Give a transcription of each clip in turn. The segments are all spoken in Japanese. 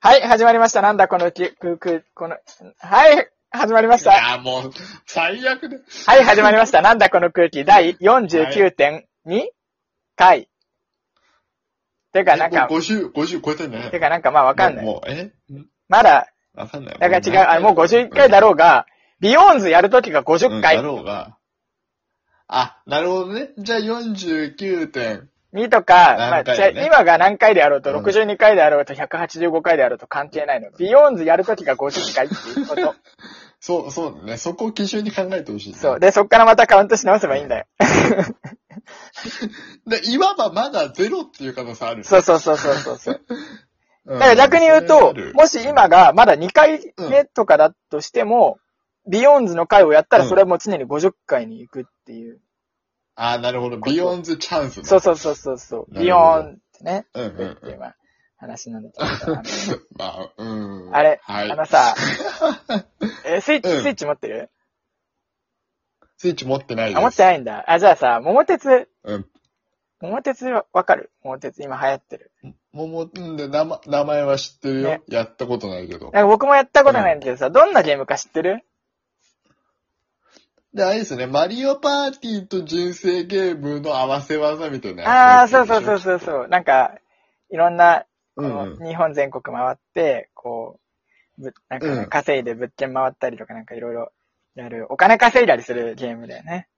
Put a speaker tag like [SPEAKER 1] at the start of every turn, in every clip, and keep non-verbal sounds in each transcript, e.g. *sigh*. [SPEAKER 1] はい、始まりました。なんだこのき、く、く、この、はい、始まりまし
[SPEAKER 2] い
[SPEAKER 1] た。
[SPEAKER 2] や、もう、最悪で。
[SPEAKER 1] はい、始まりました。なんだこの空気、第49.2回。てか、なんか、
[SPEAKER 2] もう50、50超えてんね。
[SPEAKER 1] てか、なんかまあわかんない。
[SPEAKER 2] もう、もうえん
[SPEAKER 1] まだ、
[SPEAKER 2] わかんない。
[SPEAKER 1] だから違う、あもう51回だ
[SPEAKER 2] ろ、
[SPEAKER 1] ろうが、ビヨーンズやるときが
[SPEAKER 2] う
[SPEAKER 1] 50
[SPEAKER 2] ん、だ
[SPEAKER 1] 回、
[SPEAKER 2] ろうが。あ、なるほどね。じゃあ49点。
[SPEAKER 1] 2とか、まあ、
[SPEAKER 2] 何回
[SPEAKER 1] じゃあ
[SPEAKER 2] だね
[SPEAKER 1] 今が何回であろうと、
[SPEAKER 2] うん
[SPEAKER 1] 62回であろうと、185回であろうと関係ないの。ビヨーンズやるときが50回っていう
[SPEAKER 2] *laughs*
[SPEAKER 1] こと。
[SPEAKER 2] そう、そうだね。そこを基準に考えてほしい、
[SPEAKER 1] そう。。で、そっからまたカウントし直せばいいんだよ。
[SPEAKER 2] で、いわばまだゼロっていう可能性ある。
[SPEAKER 1] そうそうそうそうそうそう。
[SPEAKER 2] うん。
[SPEAKER 1] だから逆に言うと
[SPEAKER 2] それはある、
[SPEAKER 1] もし今がまだ2回目とかだとしても、ビヨーンズの回をやったら
[SPEAKER 2] うん
[SPEAKER 1] それはもう常に50回に行くっていう。
[SPEAKER 2] あ、なるほど。ビヨンズチャンス。。
[SPEAKER 1] そううそうそうそうそう。
[SPEAKER 2] な
[SPEAKER 1] ビ
[SPEAKER 2] る
[SPEAKER 1] ヨー
[SPEAKER 2] ほど
[SPEAKER 1] ンってね。
[SPEAKER 2] うんうん
[SPEAKER 1] っていうまあ話なんだけど。あの
[SPEAKER 2] うん。まあ、うん。
[SPEAKER 1] あれ
[SPEAKER 2] は
[SPEAKER 1] あ
[SPEAKER 2] い。
[SPEAKER 1] のさ、えスイッチ、
[SPEAKER 2] うん
[SPEAKER 1] スイッチ持ってる
[SPEAKER 2] スイッチ持ってないです。
[SPEAKER 1] あ、持ってないんだ。あ、じゃあさ、桃鉄、
[SPEAKER 2] うん。
[SPEAKER 1] 桃鉄わかる桃鉄今流行ってる。
[SPEAKER 2] もも、うんで、名前名前は知ってるよ。
[SPEAKER 1] ね
[SPEAKER 2] やったことないけど。
[SPEAKER 1] なんか僕もやったことないんだけどさ、どんなゲームか知ってる
[SPEAKER 2] で、あれですね、マリオパーティーと人生ゲームの合わせ技みたいな
[SPEAKER 1] ああ
[SPEAKER 2] や
[SPEAKER 1] ー、
[SPEAKER 2] つで
[SPEAKER 1] そう
[SPEAKER 2] すね。
[SPEAKER 1] そうそうそうそう。なんか、いろんな、こ
[SPEAKER 2] うんう
[SPEAKER 1] う日本全国回って、こう、ぶなん
[SPEAKER 2] う
[SPEAKER 1] か
[SPEAKER 2] ん
[SPEAKER 1] 稼いで物件回ったりとかなんかいろいろやる、お金稼いだりするゲームだよね。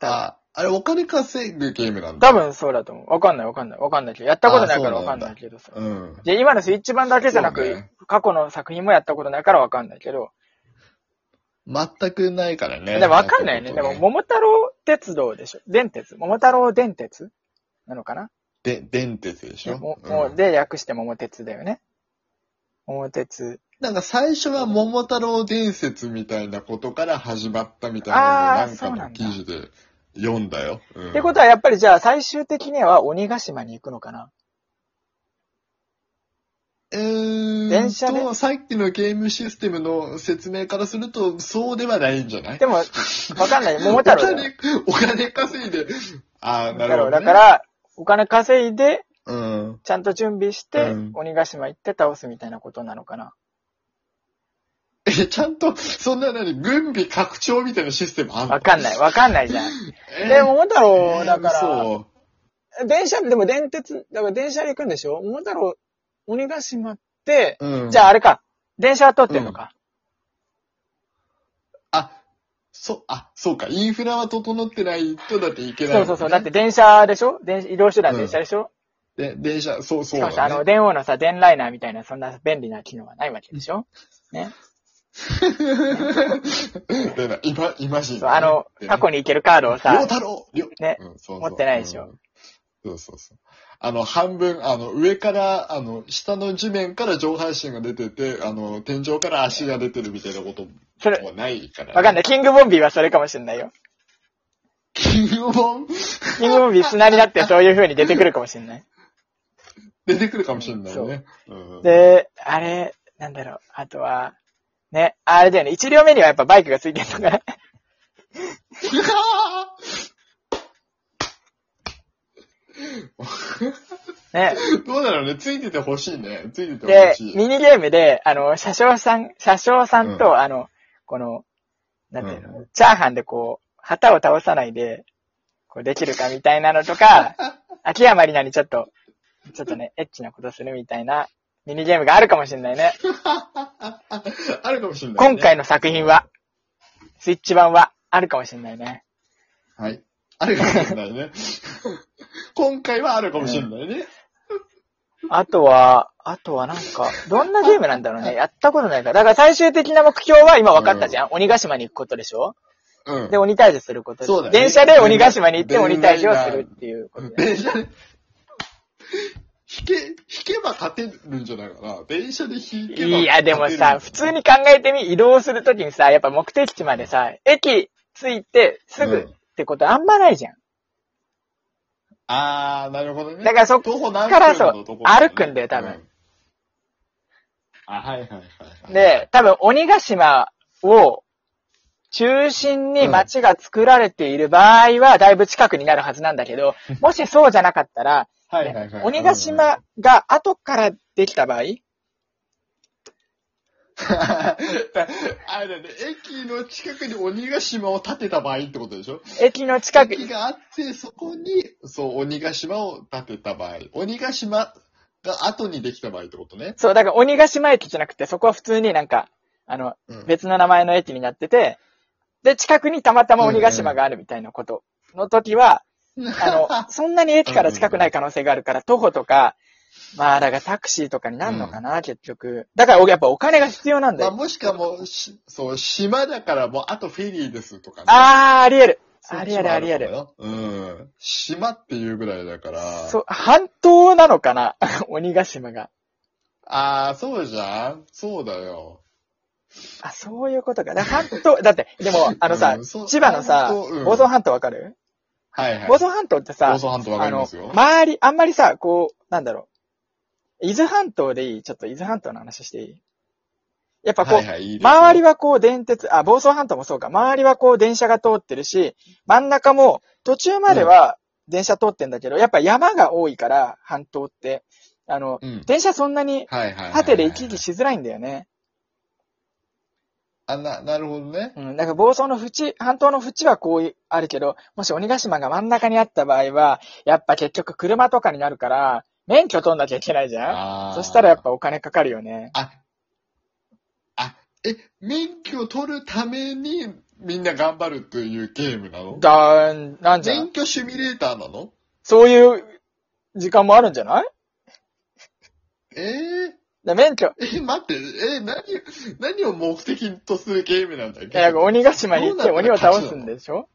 [SPEAKER 2] あ、あれお金稼ぐゲームなんだ。
[SPEAKER 1] 多分そうだと思う。わかんないわかんないわかんないけど、やったことないから
[SPEAKER 2] あーそ
[SPEAKER 1] わ
[SPEAKER 2] う
[SPEAKER 1] か
[SPEAKER 2] なんんだ
[SPEAKER 1] ないけどさ。
[SPEAKER 2] うん。
[SPEAKER 1] で、今のスイッチ版だけじゃなく、
[SPEAKER 2] そうね
[SPEAKER 1] 過去の作品もやったことないからわかんないけど、
[SPEAKER 2] 全くないからね。
[SPEAKER 1] でもわかんないよね。
[SPEAKER 2] やっ
[SPEAKER 1] で
[SPEAKER 2] たこ
[SPEAKER 1] も、
[SPEAKER 2] と
[SPEAKER 1] 桃太郎鉄道でしょ電鉄桃太郎電鉄なのかな
[SPEAKER 2] で、電鉄でしょ。
[SPEAKER 1] も
[SPEAKER 2] うん
[SPEAKER 1] もうで、略して桃鉄だよね。桃鉄。
[SPEAKER 2] なんか最初は桃太郎伝説みたいなことから始まったみたい
[SPEAKER 1] あー
[SPEAKER 2] なの
[SPEAKER 1] そう
[SPEAKER 2] をな
[SPEAKER 1] なん
[SPEAKER 2] ん
[SPEAKER 1] だ
[SPEAKER 2] かの記事で読んだよ。うん
[SPEAKER 1] ってことは、やっぱりじゃあ、最終的には鬼ヶ島に行くのかな
[SPEAKER 2] えーん
[SPEAKER 1] 電車で
[SPEAKER 2] と、さっきのゲームシステムの説明からすると、そうではないんじゃない
[SPEAKER 1] でも、わかん
[SPEAKER 2] *laughs*
[SPEAKER 1] ない。桃
[SPEAKER 2] お
[SPEAKER 1] 太郎だよ。
[SPEAKER 2] 金、お金稼いで、ああ、
[SPEAKER 1] 桃
[SPEAKER 2] な
[SPEAKER 1] 太
[SPEAKER 2] るほ
[SPEAKER 1] 郎
[SPEAKER 2] ど、ね。
[SPEAKER 1] だから、お金稼いで、
[SPEAKER 2] うん。
[SPEAKER 1] ちゃんと準備して、
[SPEAKER 2] うん
[SPEAKER 1] 鬼ヶ島行って倒すみたいなことなのかな。
[SPEAKER 2] え、ちゃんと、そんな何、軍備拡張みたいなシステムあんの
[SPEAKER 1] わかんない。わかんないじゃん。
[SPEAKER 2] え
[SPEAKER 1] で、桃太郎だか
[SPEAKER 2] そ
[SPEAKER 1] ら、電車、でも電鉄、だから電車で行くんでしょ桃太郎、鬼ヶ島って、
[SPEAKER 2] う。うん。
[SPEAKER 1] じゃああれか、電車は通ってんのか。
[SPEAKER 2] あ、そ、あ、そうか、インフラは整ってないとだっていけない、
[SPEAKER 1] そうそうそう。だって、電車でしょ電移動手段電車でしょ、
[SPEAKER 2] で、電車、そうそ
[SPEAKER 1] し
[SPEAKER 2] う
[SPEAKER 1] か
[SPEAKER 2] だ、
[SPEAKER 1] も
[SPEAKER 2] ね。
[SPEAKER 1] さ、あの、電話のさ、電ライナーみたいな、そんな便利な機能はないわけでしょね。
[SPEAKER 2] *laughs* でな今、今し、
[SPEAKER 1] そう、あの、過去
[SPEAKER 2] に
[SPEAKER 1] に行けるカードを
[SPEAKER 2] さ、両
[SPEAKER 1] さ、
[SPEAKER 2] 太郎両
[SPEAKER 1] ね、
[SPEAKER 2] うん、そうそう
[SPEAKER 1] 持ってないでしょ
[SPEAKER 2] うんそうそうそう。あの、半分、あの、上から、あの、下の地面から上半身が出てて、あの、天井から足が出てるみたいなこと
[SPEAKER 1] それ、
[SPEAKER 2] もないから、。
[SPEAKER 1] わかんないい。キングボンビーはそれかもしんないよ。
[SPEAKER 2] 金本
[SPEAKER 1] キングボンビー砂になってそういう風に出てくるかもしんない。
[SPEAKER 2] 出てくるかもしれないね。うん、
[SPEAKER 1] で、あれ、なんだろう、あとは、ね、あれだよね、一両目にはやっぱバイクがついてるのかな。 *laughs* ね。
[SPEAKER 2] どうだろうね。ついててほしいね。ついててほ
[SPEAKER 1] で
[SPEAKER 2] し、い。
[SPEAKER 1] ミニゲームで、あの、車掌さん、車掌さんと、
[SPEAKER 2] う
[SPEAKER 1] あの、この、なんていうの、チャーハンでこう、旗を倒さないで、こうできるかみたいなのとか、秋山里奈にちょっと、ちょっとね、エッチなことするみたいなミニゲームがあるかもしれないね。
[SPEAKER 2] あるかもしれない、ね。
[SPEAKER 1] 今回の作品は、スイッチ版はあるかもしれないね。
[SPEAKER 2] はい。あるかもしれないね。今回はあるかもしれないね。
[SPEAKER 1] あとは、あとはなんか、どんなゲームなんだろうね。やったことないから。だから最終的な目標は今分かったじゃん。鬼ヶ島に行くことでしょ
[SPEAKER 2] うん
[SPEAKER 1] で、。鬼退治することでしょ
[SPEAKER 2] そうだね
[SPEAKER 1] 電車で鬼ヶ島に行って鬼退治をするっていうことだよね
[SPEAKER 2] *laughs* 電車で、引け、引けば勝てるんじゃないかな。電車で引けば勝てるんじゃない
[SPEAKER 1] いや、でもさ、普通に考えてみ、移動するときにさ、やっぱ目的地までさ、駅着いてすぐってことあんまないじゃん。
[SPEAKER 2] あー、なるほどね。
[SPEAKER 1] だからそっ
[SPEAKER 2] 徒歩何
[SPEAKER 1] から
[SPEAKER 2] 分
[SPEAKER 1] そう
[SPEAKER 2] のとこだね
[SPEAKER 1] 歩くんだよ多分
[SPEAKER 2] うあ、はいはいはい、はい。
[SPEAKER 1] で、多分鬼ヶ島を中心に街が作られている場合は、だいぶ近くになるはずなんだけど、もしそうじゃなかったら、
[SPEAKER 2] はいはいはい。
[SPEAKER 1] 鬼ヶ島が後からできた場合、
[SPEAKER 2] *laughs* あれだね、駅の近くに鬼ヶ島を建てた場合ってことでしょ
[SPEAKER 1] 駅の近く、
[SPEAKER 2] 駅があって、そこに、そう、鬼ヶ島を建てた場合。鬼ヶ島が後にできた場合ってことね。
[SPEAKER 1] そう、だから鬼ヶ島駅じゃなくて、そこは普通になんか、あの、
[SPEAKER 2] うん
[SPEAKER 1] 別の名前の駅になってて、で、近くにたまたま鬼ヶ島があるみたいなことの時は、
[SPEAKER 2] *laughs*
[SPEAKER 1] あの、そんなに駅から近くない可能性があるから、徒歩とか、まあ、だからタクシーとかになんのかな、結局。だから、やっぱお金が必要なんだ
[SPEAKER 2] まあ、
[SPEAKER 1] よ。
[SPEAKER 2] もしかもう、しそう、島だからもう、あとフェリーですとかね。
[SPEAKER 1] あー、あり得る。
[SPEAKER 2] そっちも
[SPEAKER 1] ありえるありえる
[SPEAKER 2] のかな。うん。島っていうぐらいだから。
[SPEAKER 1] そう、半島なのかな *laughs* 鬼ヶ島が。
[SPEAKER 2] ああ、そうじゃんそうだよ。
[SPEAKER 1] あ、そういうことか。だから半島、だ *laughs* って、でも、あのさ
[SPEAKER 2] うん、そう
[SPEAKER 1] 千葉のさ、
[SPEAKER 2] 本当うん
[SPEAKER 1] 房総半島わかる
[SPEAKER 2] はいはい。
[SPEAKER 1] 房総半島ってさ
[SPEAKER 2] 房、総半島わか
[SPEAKER 1] あ
[SPEAKER 2] りま
[SPEAKER 1] の
[SPEAKER 2] す、よ。
[SPEAKER 1] 周り、あんまりさ、こう、なんだろう。伊豆半島でいいちょっと伊豆半島の話していいやっぱこう
[SPEAKER 2] は、いはい、いいですよ
[SPEAKER 1] 周りはこう電鉄、あ、房総半島もそうか。周りはこう電車が通ってるし、真ん中も途中までは電車通ってんだけど、やっぱ山が多いから、半島って。あの、
[SPEAKER 2] うん。
[SPEAKER 1] 電車そんなに
[SPEAKER 2] はいはいはいはい。
[SPEAKER 1] 縦で行き来しづらいんだよね。
[SPEAKER 2] あ、な、なるほどね。
[SPEAKER 1] うん。だから房総の縁、半島の縁はこういあるけど、もし鬼ヶ島が真ん中にあった場合は、やっぱ結局車とかになるから、免許取んなきゃいけないじゃん
[SPEAKER 2] あー
[SPEAKER 1] そしたらやっ。ぱお金かかるよね。
[SPEAKER 2] あ、あ、え、免許を取るためにみんな頑張るというゲームなの
[SPEAKER 1] だーん、なんじゃん
[SPEAKER 2] 免許シミュレーターなの
[SPEAKER 1] そういう時間もあるんじゃない
[SPEAKER 2] えー、
[SPEAKER 1] で免許、
[SPEAKER 2] え、待って、え、何、何を目的とするゲームなんだっ
[SPEAKER 1] いや、鬼ヶ島に行って
[SPEAKER 2] どうな
[SPEAKER 1] 鬼
[SPEAKER 2] んだ
[SPEAKER 1] を倒すんでしょ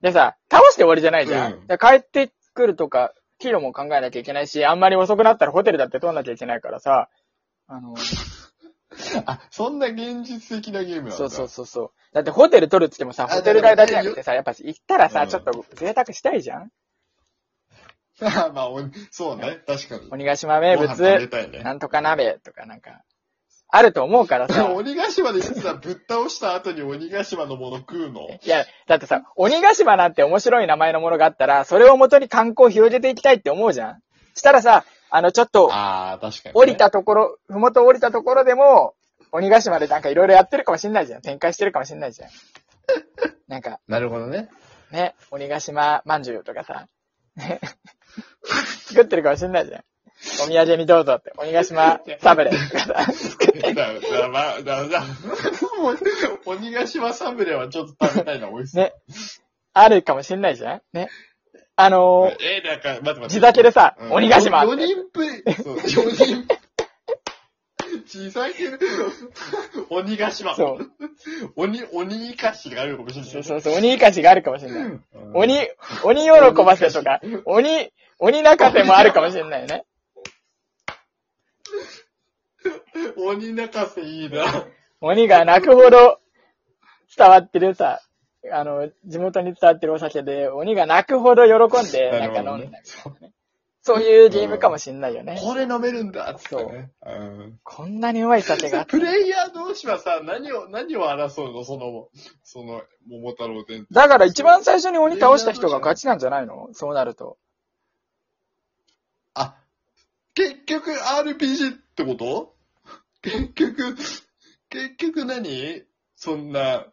[SPEAKER 1] でさ、倒して終わりじゃないじゃん。
[SPEAKER 2] うん
[SPEAKER 1] で帰ってくるとか、キロも考えなきゃいけないし、あんまり遅くなったらホテルだって取んなきゃいけないからさ、あの、
[SPEAKER 2] あ、そんな現実的なゲームなんだ。
[SPEAKER 1] そうそうそうそう。だってホテル取るって言ってもさ、
[SPEAKER 2] あ
[SPEAKER 1] ホテル代だけじゃなくてさ、やっぱ行ったらさ、
[SPEAKER 2] うん
[SPEAKER 1] ちょっと贅沢したいじゃん
[SPEAKER 2] あ *laughs* まあ、おそうね、確かに。
[SPEAKER 1] 鬼ヶ島名
[SPEAKER 2] ご飯食べ
[SPEAKER 1] 物、
[SPEAKER 2] たいね。
[SPEAKER 1] なんとか鍋とかなんか、あると思うからさ。
[SPEAKER 2] 鬼ヶ島で言ってたらぶっ倒した後に鬼ヶ島のもの食うの
[SPEAKER 1] いや、だってさ、鬼ヶ島なんて面白い名前のものがあったら、それを元に観光を広げていきたいって思うじゃん。したらさ、あの、ちょっと、
[SPEAKER 2] ああ、確かにね、
[SPEAKER 1] 降りたところ、ふもと降りたところでも、鬼ヶ島でなんかいろいろやってるかもしんないじゃん。展開してるかもしんないじゃん。なんか、
[SPEAKER 2] なるほど
[SPEAKER 1] *laughs*
[SPEAKER 2] ね。
[SPEAKER 1] ね、鬼ヶ島まんじゅうとかさ、ね *laughs* 作ってるかもしんないじゃん。お土産にどうぞって、鬼ヶ島サブレとかさ、作って
[SPEAKER 2] だ、だ、ま、だ、 *laughs* だ、もう鬼ヶ島サブレはちょっと食べたいな、美味しそう。
[SPEAKER 1] ねあるかもしんないじゃん。ね。あのー、
[SPEAKER 2] えー、なんか、待って待って。
[SPEAKER 1] 地酒でさ
[SPEAKER 2] うん
[SPEAKER 1] 鬼ヶ島って
[SPEAKER 2] 4人プレイ。そう、4人。地酒で、鬼ヶ島。
[SPEAKER 1] そう。
[SPEAKER 2] 鬼、鬼生かしがあるかもしれない。
[SPEAKER 1] そうそうそう、鬼生かしがあるかもしれない。
[SPEAKER 2] うん
[SPEAKER 1] 鬼、鬼喜ばせとか、鬼、鬼泣かせもあるかもしれないよね。
[SPEAKER 2] 鬼泣かせいいな。
[SPEAKER 1] 鬼が泣くほど伝わってるさ、あの、地元に伝わってるお酒で、鬼が泣くほど喜んで、なんか飲んだみたいなね、そういうゲームかもしれないよね。
[SPEAKER 2] これ飲めるんだっつってね。うん
[SPEAKER 1] こんなにうまい酒があっ
[SPEAKER 2] プレイヤー同士はさ、何を、何を争うのその、その、桃太郎伝。
[SPEAKER 1] だから一番最初に鬼倒した人が勝ちなんじゃないのそうなると。
[SPEAKER 2] あ、結局 RPG ってこと結局、結局何そんな、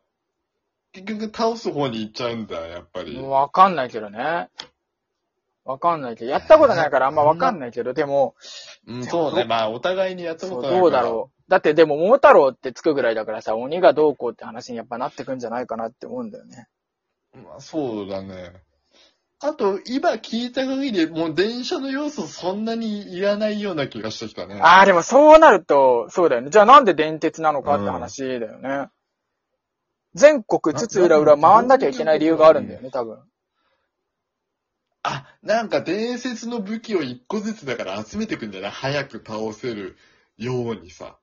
[SPEAKER 2] 結局倒す方に行っちゃうんだ、やっぱり。
[SPEAKER 1] わかんないけどね。わかんないけど、やったことないからあんまわかんないけど、でも、
[SPEAKER 2] うん、そうね。まあ、お互いにやった
[SPEAKER 1] そ
[SPEAKER 2] こ
[SPEAKER 1] う、
[SPEAKER 2] とないから。
[SPEAKER 1] どうだろう。だってでも、桃太郎ってつくぐらいだからさ、鬼がどうこうって話にやっぱなってくんじゃないかなって思うんだよね。
[SPEAKER 2] まあ、そうだね。あと、今聞いた限り、もう電車の要素そんなにいらないような気がしてきたね。
[SPEAKER 1] ああ、でもそうなると、そうだよね。じゃあなんで電鉄なのかって話だよね。全国つつ裏裏回んなきゃいけない理由があるんだよね、多分。
[SPEAKER 2] あ、なんか伝説の武器を一個ずつだから集めてくんじゃない早く倒せるようにさ。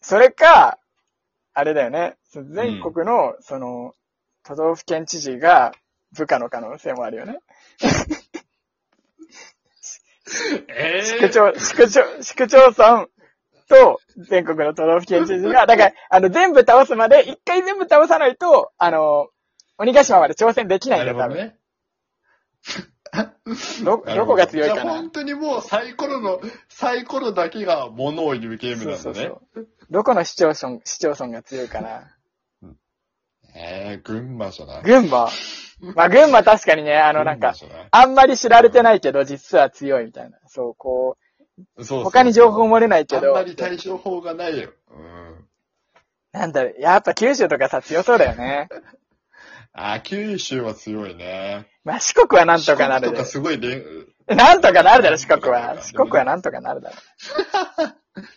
[SPEAKER 1] それか、あれだよね。その全国の、その、都道府県知事が部下の可能性もあるよね。
[SPEAKER 2] え
[SPEAKER 1] 市区町、市区町、市区町村と全国の都道府県知事が、だから、あの、全部倒すまで、一回全部倒さないと、あの、鬼ヶ島まで挑戦できない
[SPEAKER 2] なん
[SPEAKER 1] だ
[SPEAKER 2] る
[SPEAKER 1] よ、
[SPEAKER 2] ほど
[SPEAKER 1] 多分。ど、
[SPEAKER 2] ね。*laughs* なる
[SPEAKER 1] ど
[SPEAKER 2] ほ
[SPEAKER 1] こが強い
[SPEAKER 2] じ
[SPEAKER 1] か
[SPEAKER 2] ゃあ
[SPEAKER 1] な
[SPEAKER 2] 本。当にもうサイコロの、サイコロだけが物を言うゲームなんだね。
[SPEAKER 1] そうそうそう。どこの市町村、市町村が強いかな。
[SPEAKER 2] えー、群馬じゃない
[SPEAKER 1] 群馬まあ、群馬確かにね、あの、なんか、
[SPEAKER 2] 群馬じゃない
[SPEAKER 1] あんまり知られてないけど、実は強いみたいな。そう、こ、
[SPEAKER 2] そうそうう
[SPEAKER 1] 他に情報漏れないけ
[SPEAKER 2] あん
[SPEAKER 1] ど
[SPEAKER 2] ま、り対処法がないよ。うん。
[SPEAKER 1] なんだろう、やっぱ九州とかさ、強そうだよね。
[SPEAKER 2] あ、九州は強いね。
[SPEAKER 1] まあ、四国はなんとかな
[SPEAKER 2] 四
[SPEAKER 1] る
[SPEAKER 2] 国
[SPEAKER 1] で
[SPEAKER 2] とかすごいね、
[SPEAKER 1] なんとかなるだろ、四国
[SPEAKER 2] なんとかなる
[SPEAKER 1] は。四国はなんとかなるだろ。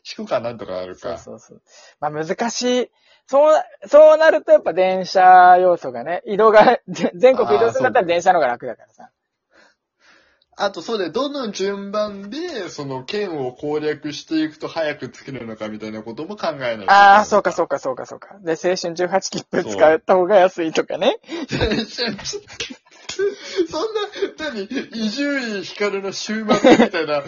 [SPEAKER 2] 四国はなんとかある
[SPEAKER 1] そう
[SPEAKER 2] か。
[SPEAKER 1] そうそう。まあ難しい。そう、そうなるとやっぱ電車要素がね、移動が、ぜ全国移動するんだったら電車の方が楽だからさ。
[SPEAKER 2] あと、そうだよ。どの順番で、その、県を攻略していくと早く作れるのかみたいなことも考えないといけない。
[SPEAKER 1] ああ、そうかそうかそうかそうか。で、青春18切符使った方が安いとか *laughs* ね。
[SPEAKER 2] *laughs* そんな、何伊集院光の週末みたいな考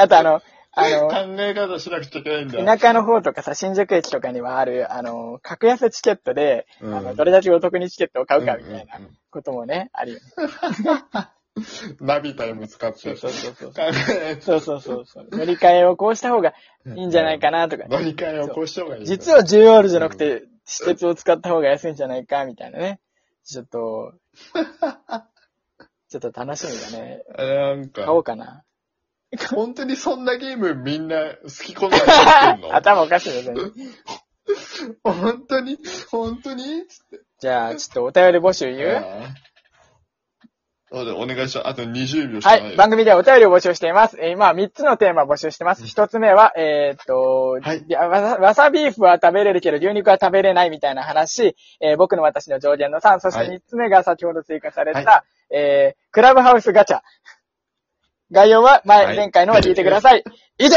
[SPEAKER 1] あとあの、あの、
[SPEAKER 2] え方しなくちゃいけないんだ。
[SPEAKER 1] 田舎の方とかさ、新宿駅とかにはある、あの、格安チケットで、
[SPEAKER 2] うん
[SPEAKER 1] あの、どれだけお得にチケットを買うかみたいな
[SPEAKER 2] うんうんうん
[SPEAKER 1] こともね、あるよね。
[SPEAKER 2] ナビタイム使っ
[SPEAKER 1] そ
[SPEAKER 2] て。
[SPEAKER 1] うそ
[SPEAKER 2] 考
[SPEAKER 1] うそうそう。
[SPEAKER 2] え、
[SPEAKER 1] そうそうそうそう。乗り換えをこうした方がいいんじゃないかなとか、
[SPEAKER 2] 乗り換えをこうした方がいいん *laughs* だ。
[SPEAKER 1] 実は JR じゃなくて、私鉄を使った方が安いんじゃないか、みたいなね。ちょっ
[SPEAKER 2] *laughs*
[SPEAKER 1] と、ちょっと楽しみだね。
[SPEAKER 2] なん
[SPEAKER 1] 買おう
[SPEAKER 2] か、
[SPEAKER 1] か
[SPEAKER 2] *laughs*
[SPEAKER 1] な。
[SPEAKER 2] 本当にそんなゲームみんな好き好んでや *laughs* ってんの
[SPEAKER 1] *laughs* 頭おかしいですね。
[SPEAKER 2] 本当に本当に
[SPEAKER 1] じゃあ、ちょっとお便り募集言う
[SPEAKER 2] ああそうだお願いします。あと20秒しか
[SPEAKER 1] は
[SPEAKER 2] ないよ。
[SPEAKER 1] い。番組ではお便りを募集しています。えー今、3つのテーマを募集してます。1つ目は、えーっと、
[SPEAKER 2] はい
[SPEAKER 1] やわさ、わさビーフは食べれるけど、牛肉は食べれないみたいな話、えー僕の私の上限の3、そして
[SPEAKER 2] はい
[SPEAKER 1] 3つ目が先ほど追加された、
[SPEAKER 2] は
[SPEAKER 1] えークラブハウスガチャ。概要は前、
[SPEAKER 2] はい *laughs*
[SPEAKER 1] 前回のを聞いてください。以上